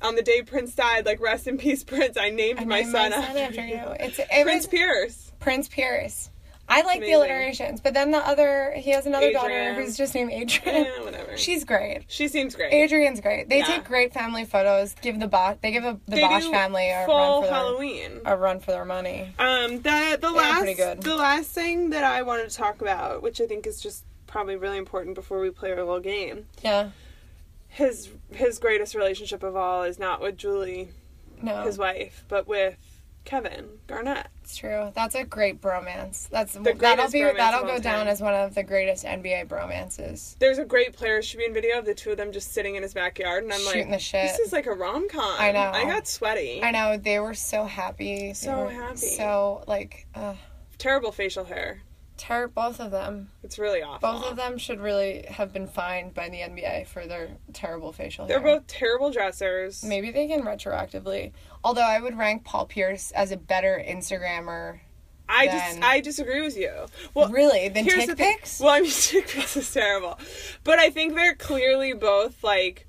Speaker 1: on the day Prince died, like rest in peace, Prince. I named,
Speaker 2: I
Speaker 1: my,
Speaker 2: named
Speaker 1: son
Speaker 2: my son
Speaker 1: after
Speaker 2: after
Speaker 1: you."
Speaker 2: you. It's it
Speaker 1: Prince
Speaker 2: was-
Speaker 1: Pierce.
Speaker 2: Prince Pierce. I like the
Speaker 1: Amazing.
Speaker 2: alliterations, but then the other he has another daughter
Speaker 1: Adrian.
Speaker 2: who's just named Adrian.
Speaker 1: Yeah, whatever. She,
Speaker 2: She's great.
Speaker 1: seems great.
Speaker 2: Adrian's great. They
Speaker 1: Yeah.
Speaker 2: take great family photos. Give the Bosch they give a, the
Speaker 1: They
Speaker 2: Bosch
Speaker 1: do
Speaker 2: family a run
Speaker 1: full
Speaker 2: for
Speaker 1: Halloween.
Speaker 2: their a run for their money.
Speaker 1: Um, the the
Speaker 2: pretty good.
Speaker 1: last the last thing that I wanted to talk about, which I think is just probably really important before we play our little game.
Speaker 2: Yeah.
Speaker 1: His his greatest relationship of all is not with Julie,
Speaker 2: No.
Speaker 1: his wife, but with Kevin Garnett.
Speaker 2: It's true. That's a great bromance. That's that'll
Speaker 1: greatest
Speaker 2: be
Speaker 1: bromance
Speaker 2: that'll
Speaker 1: of
Speaker 2: go
Speaker 1: all
Speaker 2: down
Speaker 1: time.
Speaker 2: as one of the greatest NBA bromances.
Speaker 1: There's a great Players Tribune video of the two of them just sitting in his backyard, and I'm like,
Speaker 2: Shooting the shit.
Speaker 1: this is like a rom com.
Speaker 2: I know.
Speaker 1: I got sweaty.
Speaker 2: I know they were so happy. They
Speaker 1: So
Speaker 2: were
Speaker 1: happy.
Speaker 2: So like, uh,
Speaker 1: Terrible facial hair.
Speaker 2: ter- both of them.
Speaker 1: It's really awful.
Speaker 2: Both of them should really have been fined by the NBA for their terrible facial
Speaker 1: They're
Speaker 2: hair.
Speaker 1: both terrible dressers.
Speaker 2: Maybe they can retroactively. Although I would rank Paul Pierce as a better Instagrammer.
Speaker 1: I just
Speaker 2: then-
Speaker 1: I disagree with you. Well,
Speaker 2: Really? Than
Speaker 1: here's
Speaker 2: Tick
Speaker 1: the thing.
Speaker 2: Pics?
Speaker 1: Well, I mean, tick pics is terrible, but I think they're clearly both like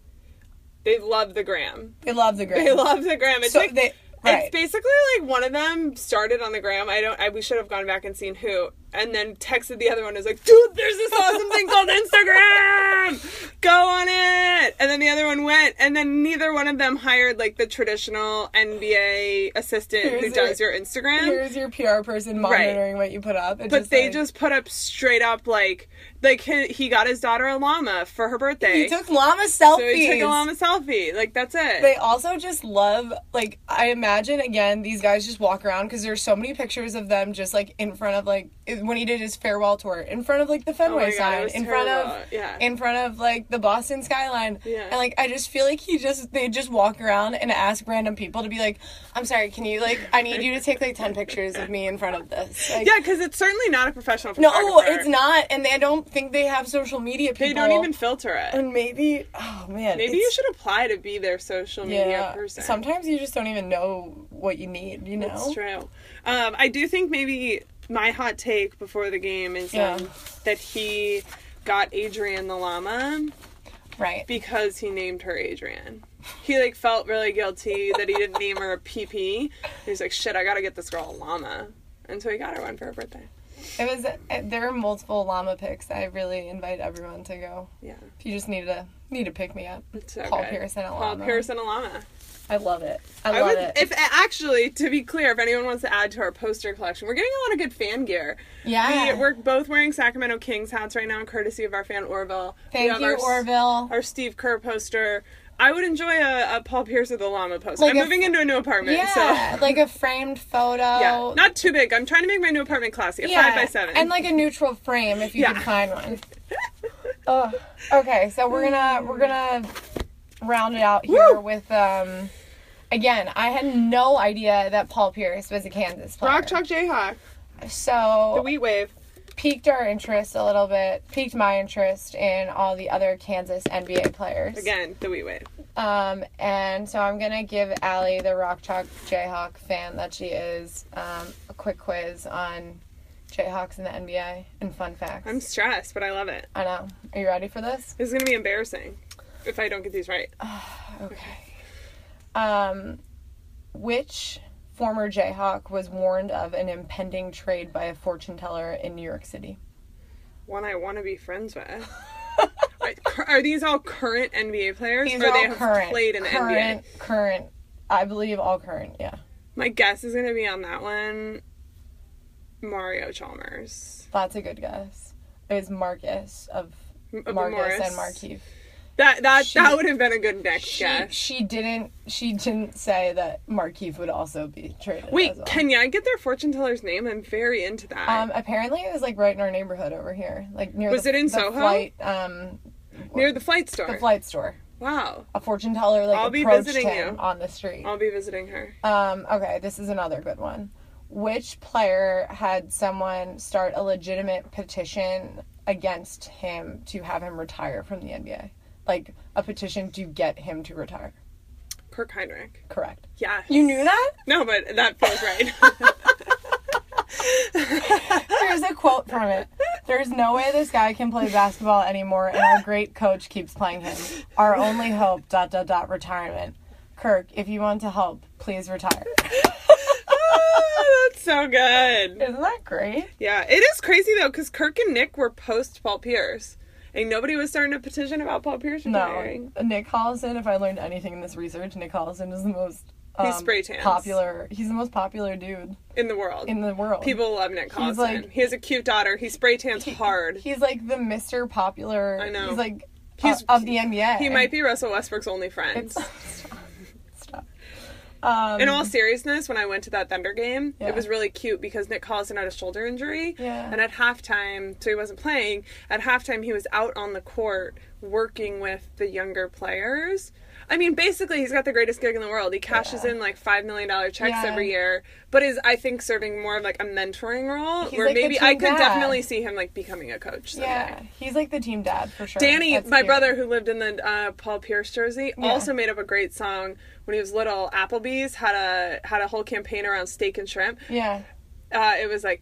Speaker 1: they love the gram.
Speaker 2: They love the gram.
Speaker 1: They love the gram. It's
Speaker 2: so
Speaker 1: like
Speaker 2: they right.
Speaker 1: It's basically like one of them started on the gram. I don't. I, we should have gone back and seen who, and then texted the other one. Is like, dude, there's this awesome thing called Instagram. Go on it. And then the other one went, and then neither one of them hired like the traditional NBA assistant who
Speaker 2: Here's
Speaker 1: does
Speaker 2: your-
Speaker 1: your Instagram.
Speaker 2: Here's your PR person monitoring what you put up. It's
Speaker 1: but they
Speaker 2: like-
Speaker 1: just put up straight up like like he, he got his daughter a llama for her birthday.
Speaker 2: He took llama selfies.
Speaker 1: so he took a llama selfie. Like that's it.
Speaker 2: They also just love, like, I imagine again, these guys just walk around because there's so many pictures of them just like in front of like when he did his farewell tour, in front of like the
Speaker 1: Oh my
Speaker 2: Fenway
Speaker 1: God, it
Speaker 2: sign,
Speaker 1: was
Speaker 2: in front
Speaker 1: terrible.
Speaker 2: of
Speaker 1: yeah.
Speaker 2: in front of like the Boston skyline.
Speaker 1: Yeah.
Speaker 2: And like I just feel like he just they just walk around and ask random people to be like, I'm sorry, can you like I need you to take like ten pictures of me in front of this. Like,
Speaker 1: yeah, because it's certainly not a professional.
Speaker 2: No,
Speaker 1: photographer.
Speaker 2: it's not, and they don't think they have social media people.
Speaker 1: They don't even filter it.
Speaker 2: And maybe, oh man,
Speaker 1: Maybe
Speaker 2: it's-
Speaker 1: you should apply to be their social media person.
Speaker 2: Sometimes you just don't even know what you need, you know?
Speaker 1: That's true. Um, I do think maybe my hot take before the game is
Speaker 2: Yeah.
Speaker 1: um, that he got Adrian the llama
Speaker 2: Right.
Speaker 1: because he named her Adrian. He like felt really guilty that he didn't name her a PP. He's like, shit, I gotta get this girl a llama, and so he got her one for her birthday.
Speaker 2: It was, uh, there are multiple llama pics. I really invite everyone to go.
Speaker 1: Yeah,
Speaker 2: If you just need to, need to pick me up.
Speaker 1: it's so
Speaker 2: Paul
Speaker 1: good.
Speaker 2: Pierce and a
Speaker 1: Paul
Speaker 2: llama.
Speaker 1: Pierce and a llama.
Speaker 2: I love it. I
Speaker 1: I
Speaker 2: love
Speaker 1: would,
Speaker 2: it.
Speaker 1: if actually, to be clear, if anyone wants to add to our poster collection, we're getting a lot of good fan gear.
Speaker 2: yeah.
Speaker 1: We, we're both wearing Sacramento Kings hats right now, courtesy of our fan Orville. we
Speaker 2: Thank
Speaker 1: have
Speaker 2: you,
Speaker 1: our, s-
Speaker 2: Orville.
Speaker 1: Our Steve Kerr poster. I would enjoy a, a Paul Pierce with a llama poster.
Speaker 2: Like
Speaker 1: I'm
Speaker 2: a-
Speaker 1: moving into a new apartment, so
Speaker 2: yeah. Like a framed photo.
Speaker 1: yeah, not too big. I'm trying to make my new apartment classy, a
Speaker 2: Yeah,
Speaker 1: five by seven.
Speaker 2: And like a neutral frame if you
Speaker 1: Yeah.
Speaker 2: can find one. oh, okay, so we're gonna we're gonna round it out here
Speaker 1: Woo!
Speaker 2: with um again, I had no idea that Paul Pierce was a Kansas player.
Speaker 1: Rock Chalk Jayhawk, the
Speaker 2: So
Speaker 1: Wheat Wave.
Speaker 2: piqued our interest a little bit, piqued my interest in all the other Kansas NBA players.
Speaker 1: Again, the Wheat Wave.
Speaker 2: Um, and so I'm gonna give Allie, the Rock Chalk Jayhawk fan that she is, um, a quick quiz on Jayhawks in the NBA and fun facts.
Speaker 1: I'm stressed, but I love it.
Speaker 2: I know. Are you ready for this?
Speaker 1: This is gonna be embarrassing if I don't get these right.
Speaker 2: Okay. Um, which former Jayhawk was warned of an impending trade by a fortune teller in New York City?
Speaker 1: One I want to be friends with. Right, cur- Are these all current NBA players,
Speaker 2: These
Speaker 1: or
Speaker 2: are
Speaker 1: they
Speaker 2: all
Speaker 1: have
Speaker 2: current.
Speaker 1: played in the NBA?
Speaker 2: current, current. I believe all current. Yeah,
Speaker 1: My guess is going to be on that one Mario Chalmers.
Speaker 2: that's a good guess. It was Marcus of
Speaker 1: M- of
Speaker 2: Marcus
Speaker 1: Morris.
Speaker 2: and Markeith.
Speaker 1: That that
Speaker 2: She-
Speaker 1: that would have been a good next
Speaker 2: She,
Speaker 1: guess.
Speaker 2: she didn't. She didn't say that Markeith would also be traded.
Speaker 1: Wait,
Speaker 2: as well.
Speaker 1: can I get their fortune teller's name? I'm very into that.
Speaker 2: Um, apparently it was like right in our neighborhood over here, like near.
Speaker 1: Was
Speaker 2: the,
Speaker 1: it in
Speaker 2: the
Speaker 1: Soho?
Speaker 2: Flight, um,
Speaker 1: Near the flight store.
Speaker 2: the flight store.
Speaker 1: wow.
Speaker 2: A fortune teller like
Speaker 1: I'll be
Speaker 2: approached
Speaker 1: visiting
Speaker 2: him
Speaker 1: you.
Speaker 2: on the street.
Speaker 1: I'll be visiting her.
Speaker 2: Um, okay, this is another good one. Which player had someone start a legitimate petition against him to have him retire from the NBA? Like a petition to get him to retire.
Speaker 1: Kirk Heinrich.
Speaker 2: Correct.
Speaker 1: Yeah.
Speaker 2: You knew that?
Speaker 1: No, but that feels right.
Speaker 2: There's a quote from it. There's no way this guy can play basketball anymore, and our great coach keeps playing him. Our only hope, dot, dot, dot, retirement. Kirk, if you want to help, please retire.
Speaker 1: Oh, that's so good.
Speaker 2: Isn't that great?
Speaker 1: Yeah, it is crazy though, because Kirk and Nick were post Paul Pierce, and nobody was starting a petition about Paul Pierce retiring.
Speaker 2: No, Nick Collison. If I learned anything in this research, Nick Collison is the most um,
Speaker 1: He's spray tans.
Speaker 2: popular. He's the most popular dude
Speaker 1: in the world.
Speaker 2: in the world.
Speaker 1: People love Nick Collison.
Speaker 2: like-
Speaker 1: he has a cute daughter. He spray tans hard.
Speaker 2: He's like the Mister Popular.
Speaker 1: I know.
Speaker 2: He's like
Speaker 1: He's-
Speaker 2: uh, of the NBA.
Speaker 1: He might be Russell Westbrook's only friend.
Speaker 2: It's- stop. Um,
Speaker 1: In all seriousness, when I went to that Thunder game,
Speaker 2: Yeah.
Speaker 1: it was really cute because Nick Collison had a shoulder injury.
Speaker 2: Yeah.
Speaker 1: And at halftime, so he wasn't playing, at halftime, he was out on the court working with the younger players. I mean, basically, he's got the greatest gig in the world. He cashes
Speaker 2: Yeah.
Speaker 1: in like $5 million checks
Speaker 2: Yeah.
Speaker 1: every year, but is, I think, serving more of like a mentoring role
Speaker 2: He's
Speaker 1: where
Speaker 2: like the
Speaker 1: maybe I
Speaker 2: team
Speaker 1: could
Speaker 2: dad.
Speaker 1: definitely see him like becoming a coach. Someday.
Speaker 2: yeah, he's like the team dad for sure.
Speaker 1: Danny,
Speaker 2: That's
Speaker 1: my
Speaker 2: cute.
Speaker 1: brother who lived in the uh, Paul Pierce jersey,
Speaker 2: Yeah.
Speaker 1: also made up a great song when he was little. Applebee's had a had a whole campaign around steak and shrimp.
Speaker 2: Yeah,
Speaker 1: Uh, it was like,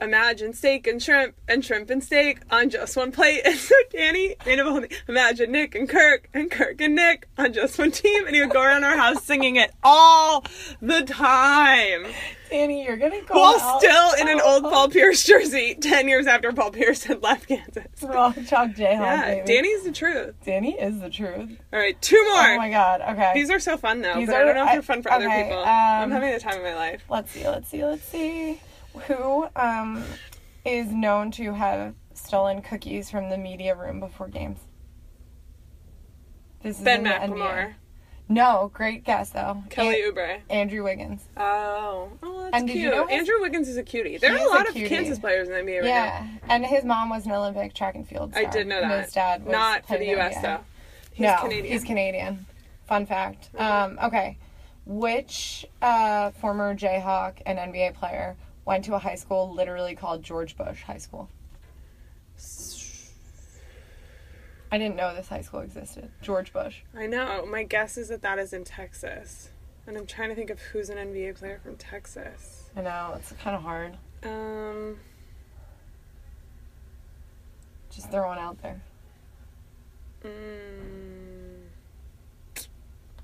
Speaker 1: imagine steak and shrimp and shrimp and steak on just one plate. And so Danny made up a whole thing. Imagine Nick and Kirk and Kirk and Nick on just one team, and he would go around our house singing it all the time,
Speaker 2: Danny, you're gonna go
Speaker 1: while
Speaker 2: out-
Speaker 1: still in an old Paul Pierce jersey. Ten years after Paul Pierce had left Kansas.
Speaker 2: Raw chalk Jayhawk.
Speaker 1: Yeah,
Speaker 2: baby.
Speaker 1: Danny's the truth.
Speaker 2: Danny is the truth.
Speaker 1: All right, two more.
Speaker 2: Oh my god. Okay.
Speaker 1: These are so fun though,
Speaker 2: These
Speaker 1: but I don't
Speaker 2: are-
Speaker 1: know if
Speaker 2: I-
Speaker 1: they're fun for other
Speaker 2: okay,
Speaker 1: people.
Speaker 2: um,
Speaker 1: I'm having the time of my life.
Speaker 2: let's see. Let's see. Let's see. Who um is known to have stolen cookies from the media room before games? This is
Speaker 1: Ben
Speaker 2: in the NBA.
Speaker 1: McLemore,
Speaker 2: No, great guess though.
Speaker 1: Kelly
Speaker 2: An-
Speaker 1: Oubre.
Speaker 2: Andrew Wiggins.
Speaker 1: Oh, oh, that's
Speaker 2: And did
Speaker 1: cute.
Speaker 2: you know his-
Speaker 1: Andrew Wiggins is a cutie. There
Speaker 2: He
Speaker 1: are a
Speaker 2: is a
Speaker 1: lot of
Speaker 2: cutie.
Speaker 1: Kansas players in the NBA right now.
Speaker 2: Yeah, and his mom was an Olympic track and field
Speaker 1: I
Speaker 2: star.
Speaker 1: did know
Speaker 2: and
Speaker 1: that.
Speaker 2: His dad was
Speaker 1: Not for the
Speaker 2: played in
Speaker 1: U.S.
Speaker 2: NBA.
Speaker 1: though. He's
Speaker 2: no,
Speaker 1: Canadian. Mm-hmm.
Speaker 2: he's Canadian. Fun fact. Um, okay, which uh, former Jayhawk and NBA player went to a high school literally called George Bush High School? I didn't know this high school existed. George Bush.
Speaker 1: I know. My guess is that that is in Texas, and I'm trying to think of who's an NBA player from Texas.
Speaker 2: I know it's kind of hard.
Speaker 1: Um,
Speaker 2: Just throw one out there.
Speaker 1: mm,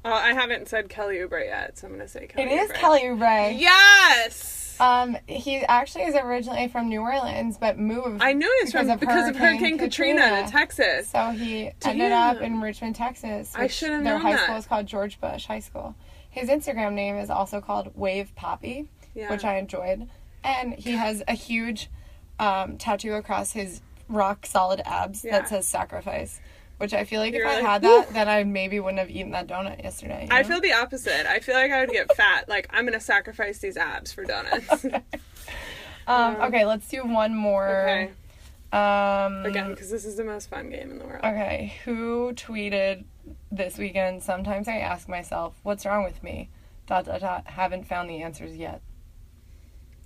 Speaker 1: oh, I haven't said Kelly Oubre yet, so I'm gonna say Kelly.
Speaker 2: it is
Speaker 1: Oubre.
Speaker 2: Kelly Oubre.
Speaker 1: Yes.
Speaker 2: Um, he actually is originally from New Orleans, but moved.
Speaker 1: I knew this
Speaker 2: Because
Speaker 1: from
Speaker 2: of
Speaker 1: because of Hurricane
Speaker 2: Hurricane
Speaker 1: Katrina,
Speaker 2: Katrina.
Speaker 1: to Texas.
Speaker 2: So he ended up
Speaker 1: Damn.
Speaker 2: in Richmond, Texas.
Speaker 1: I
Speaker 2: which
Speaker 1: should've
Speaker 2: Their
Speaker 1: known
Speaker 2: high
Speaker 1: that.
Speaker 2: school is called George Bush High School. His Instagram name is also called Wave Poppy,
Speaker 1: Yeah.
Speaker 2: which I enjoyed. And he has a huge um, tattoo across his rock solid abs
Speaker 1: Yeah.
Speaker 2: that says sacrifice. Which I feel like
Speaker 1: You're
Speaker 2: if
Speaker 1: like,
Speaker 2: I had that, then I maybe wouldn't have eaten that donut yesterday. you
Speaker 1: I
Speaker 2: know?
Speaker 1: feel the opposite. I feel like I would get fat. Like I'm gonna sacrifice these abs for donuts.
Speaker 2: Um, okay, let's do one more.
Speaker 1: okay,
Speaker 2: Um,
Speaker 1: again, because this is the most fun game in the world.
Speaker 2: Okay, who tweeted this weekend? Sometimes I ask myself, what's wrong with me? Dot dot dot. Haven't found the answers yet.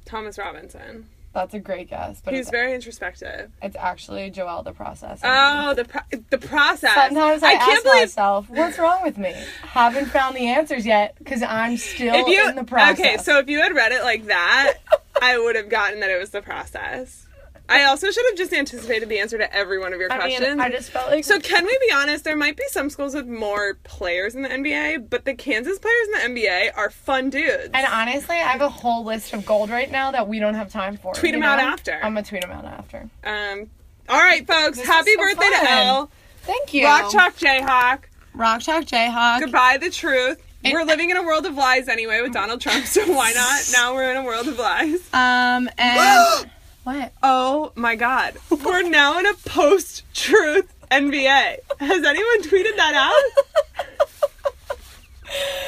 Speaker 1: Thomas Robinson.
Speaker 2: That's a great guess, but
Speaker 1: He's
Speaker 2: it's,
Speaker 1: very introspective.
Speaker 2: it's actually Joel the process.
Speaker 1: Oh, the pro- the process.
Speaker 2: Sometimes I,
Speaker 1: can't
Speaker 2: ask
Speaker 1: believe
Speaker 2: myself, what's wrong with me? Haven't found the answers yet because I'm still
Speaker 1: if you
Speaker 2: in the process.
Speaker 1: okay. So if you had read it like that, I would have gotten that it was the process. I also should have just anticipated the answer to every one of your
Speaker 2: I
Speaker 1: questions.
Speaker 2: mean, I just felt like
Speaker 1: So can we be honest? There might be some schools with more players in the NBA, but the Kansas players in the NBA are fun dudes.
Speaker 2: And honestly, I have a whole list of gold right now that we don't have time for.
Speaker 1: Tweet
Speaker 2: you
Speaker 1: 'em out
Speaker 2: know?
Speaker 1: after.
Speaker 2: I'm gonna tweet them out after.
Speaker 1: um, all right, folks.
Speaker 2: This
Speaker 1: happy
Speaker 2: is so
Speaker 1: birthday
Speaker 2: fun.
Speaker 1: to Elle.
Speaker 2: Thank you.
Speaker 1: Rock Chalk Jayhawk.
Speaker 2: Rock Chalk Jayhawk.
Speaker 1: Goodbye, the truth.
Speaker 2: And-
Speaker 1: we're living in a world of lies anyway with Donald Trump, so why not? Now we're in a world of lies.
Speaker 2: Um and what?
Speaker 1: Oh my God. We're now in a post truth NBA. Has anyone tweeted that out?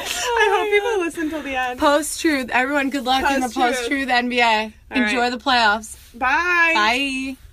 Speaker 1: I hope people listen till the end.
Speaker 2: Post truth. Everyone, good luck in the
Speaker 1: Post-truth.
Speaker 2: post truth NBA.
Speaker 1: All
Speaker 2: Enjoy
Speaker 1: right.
Speaker 2: the playoffs.
Speaker 1: Bye.
Speaker 2: Bye.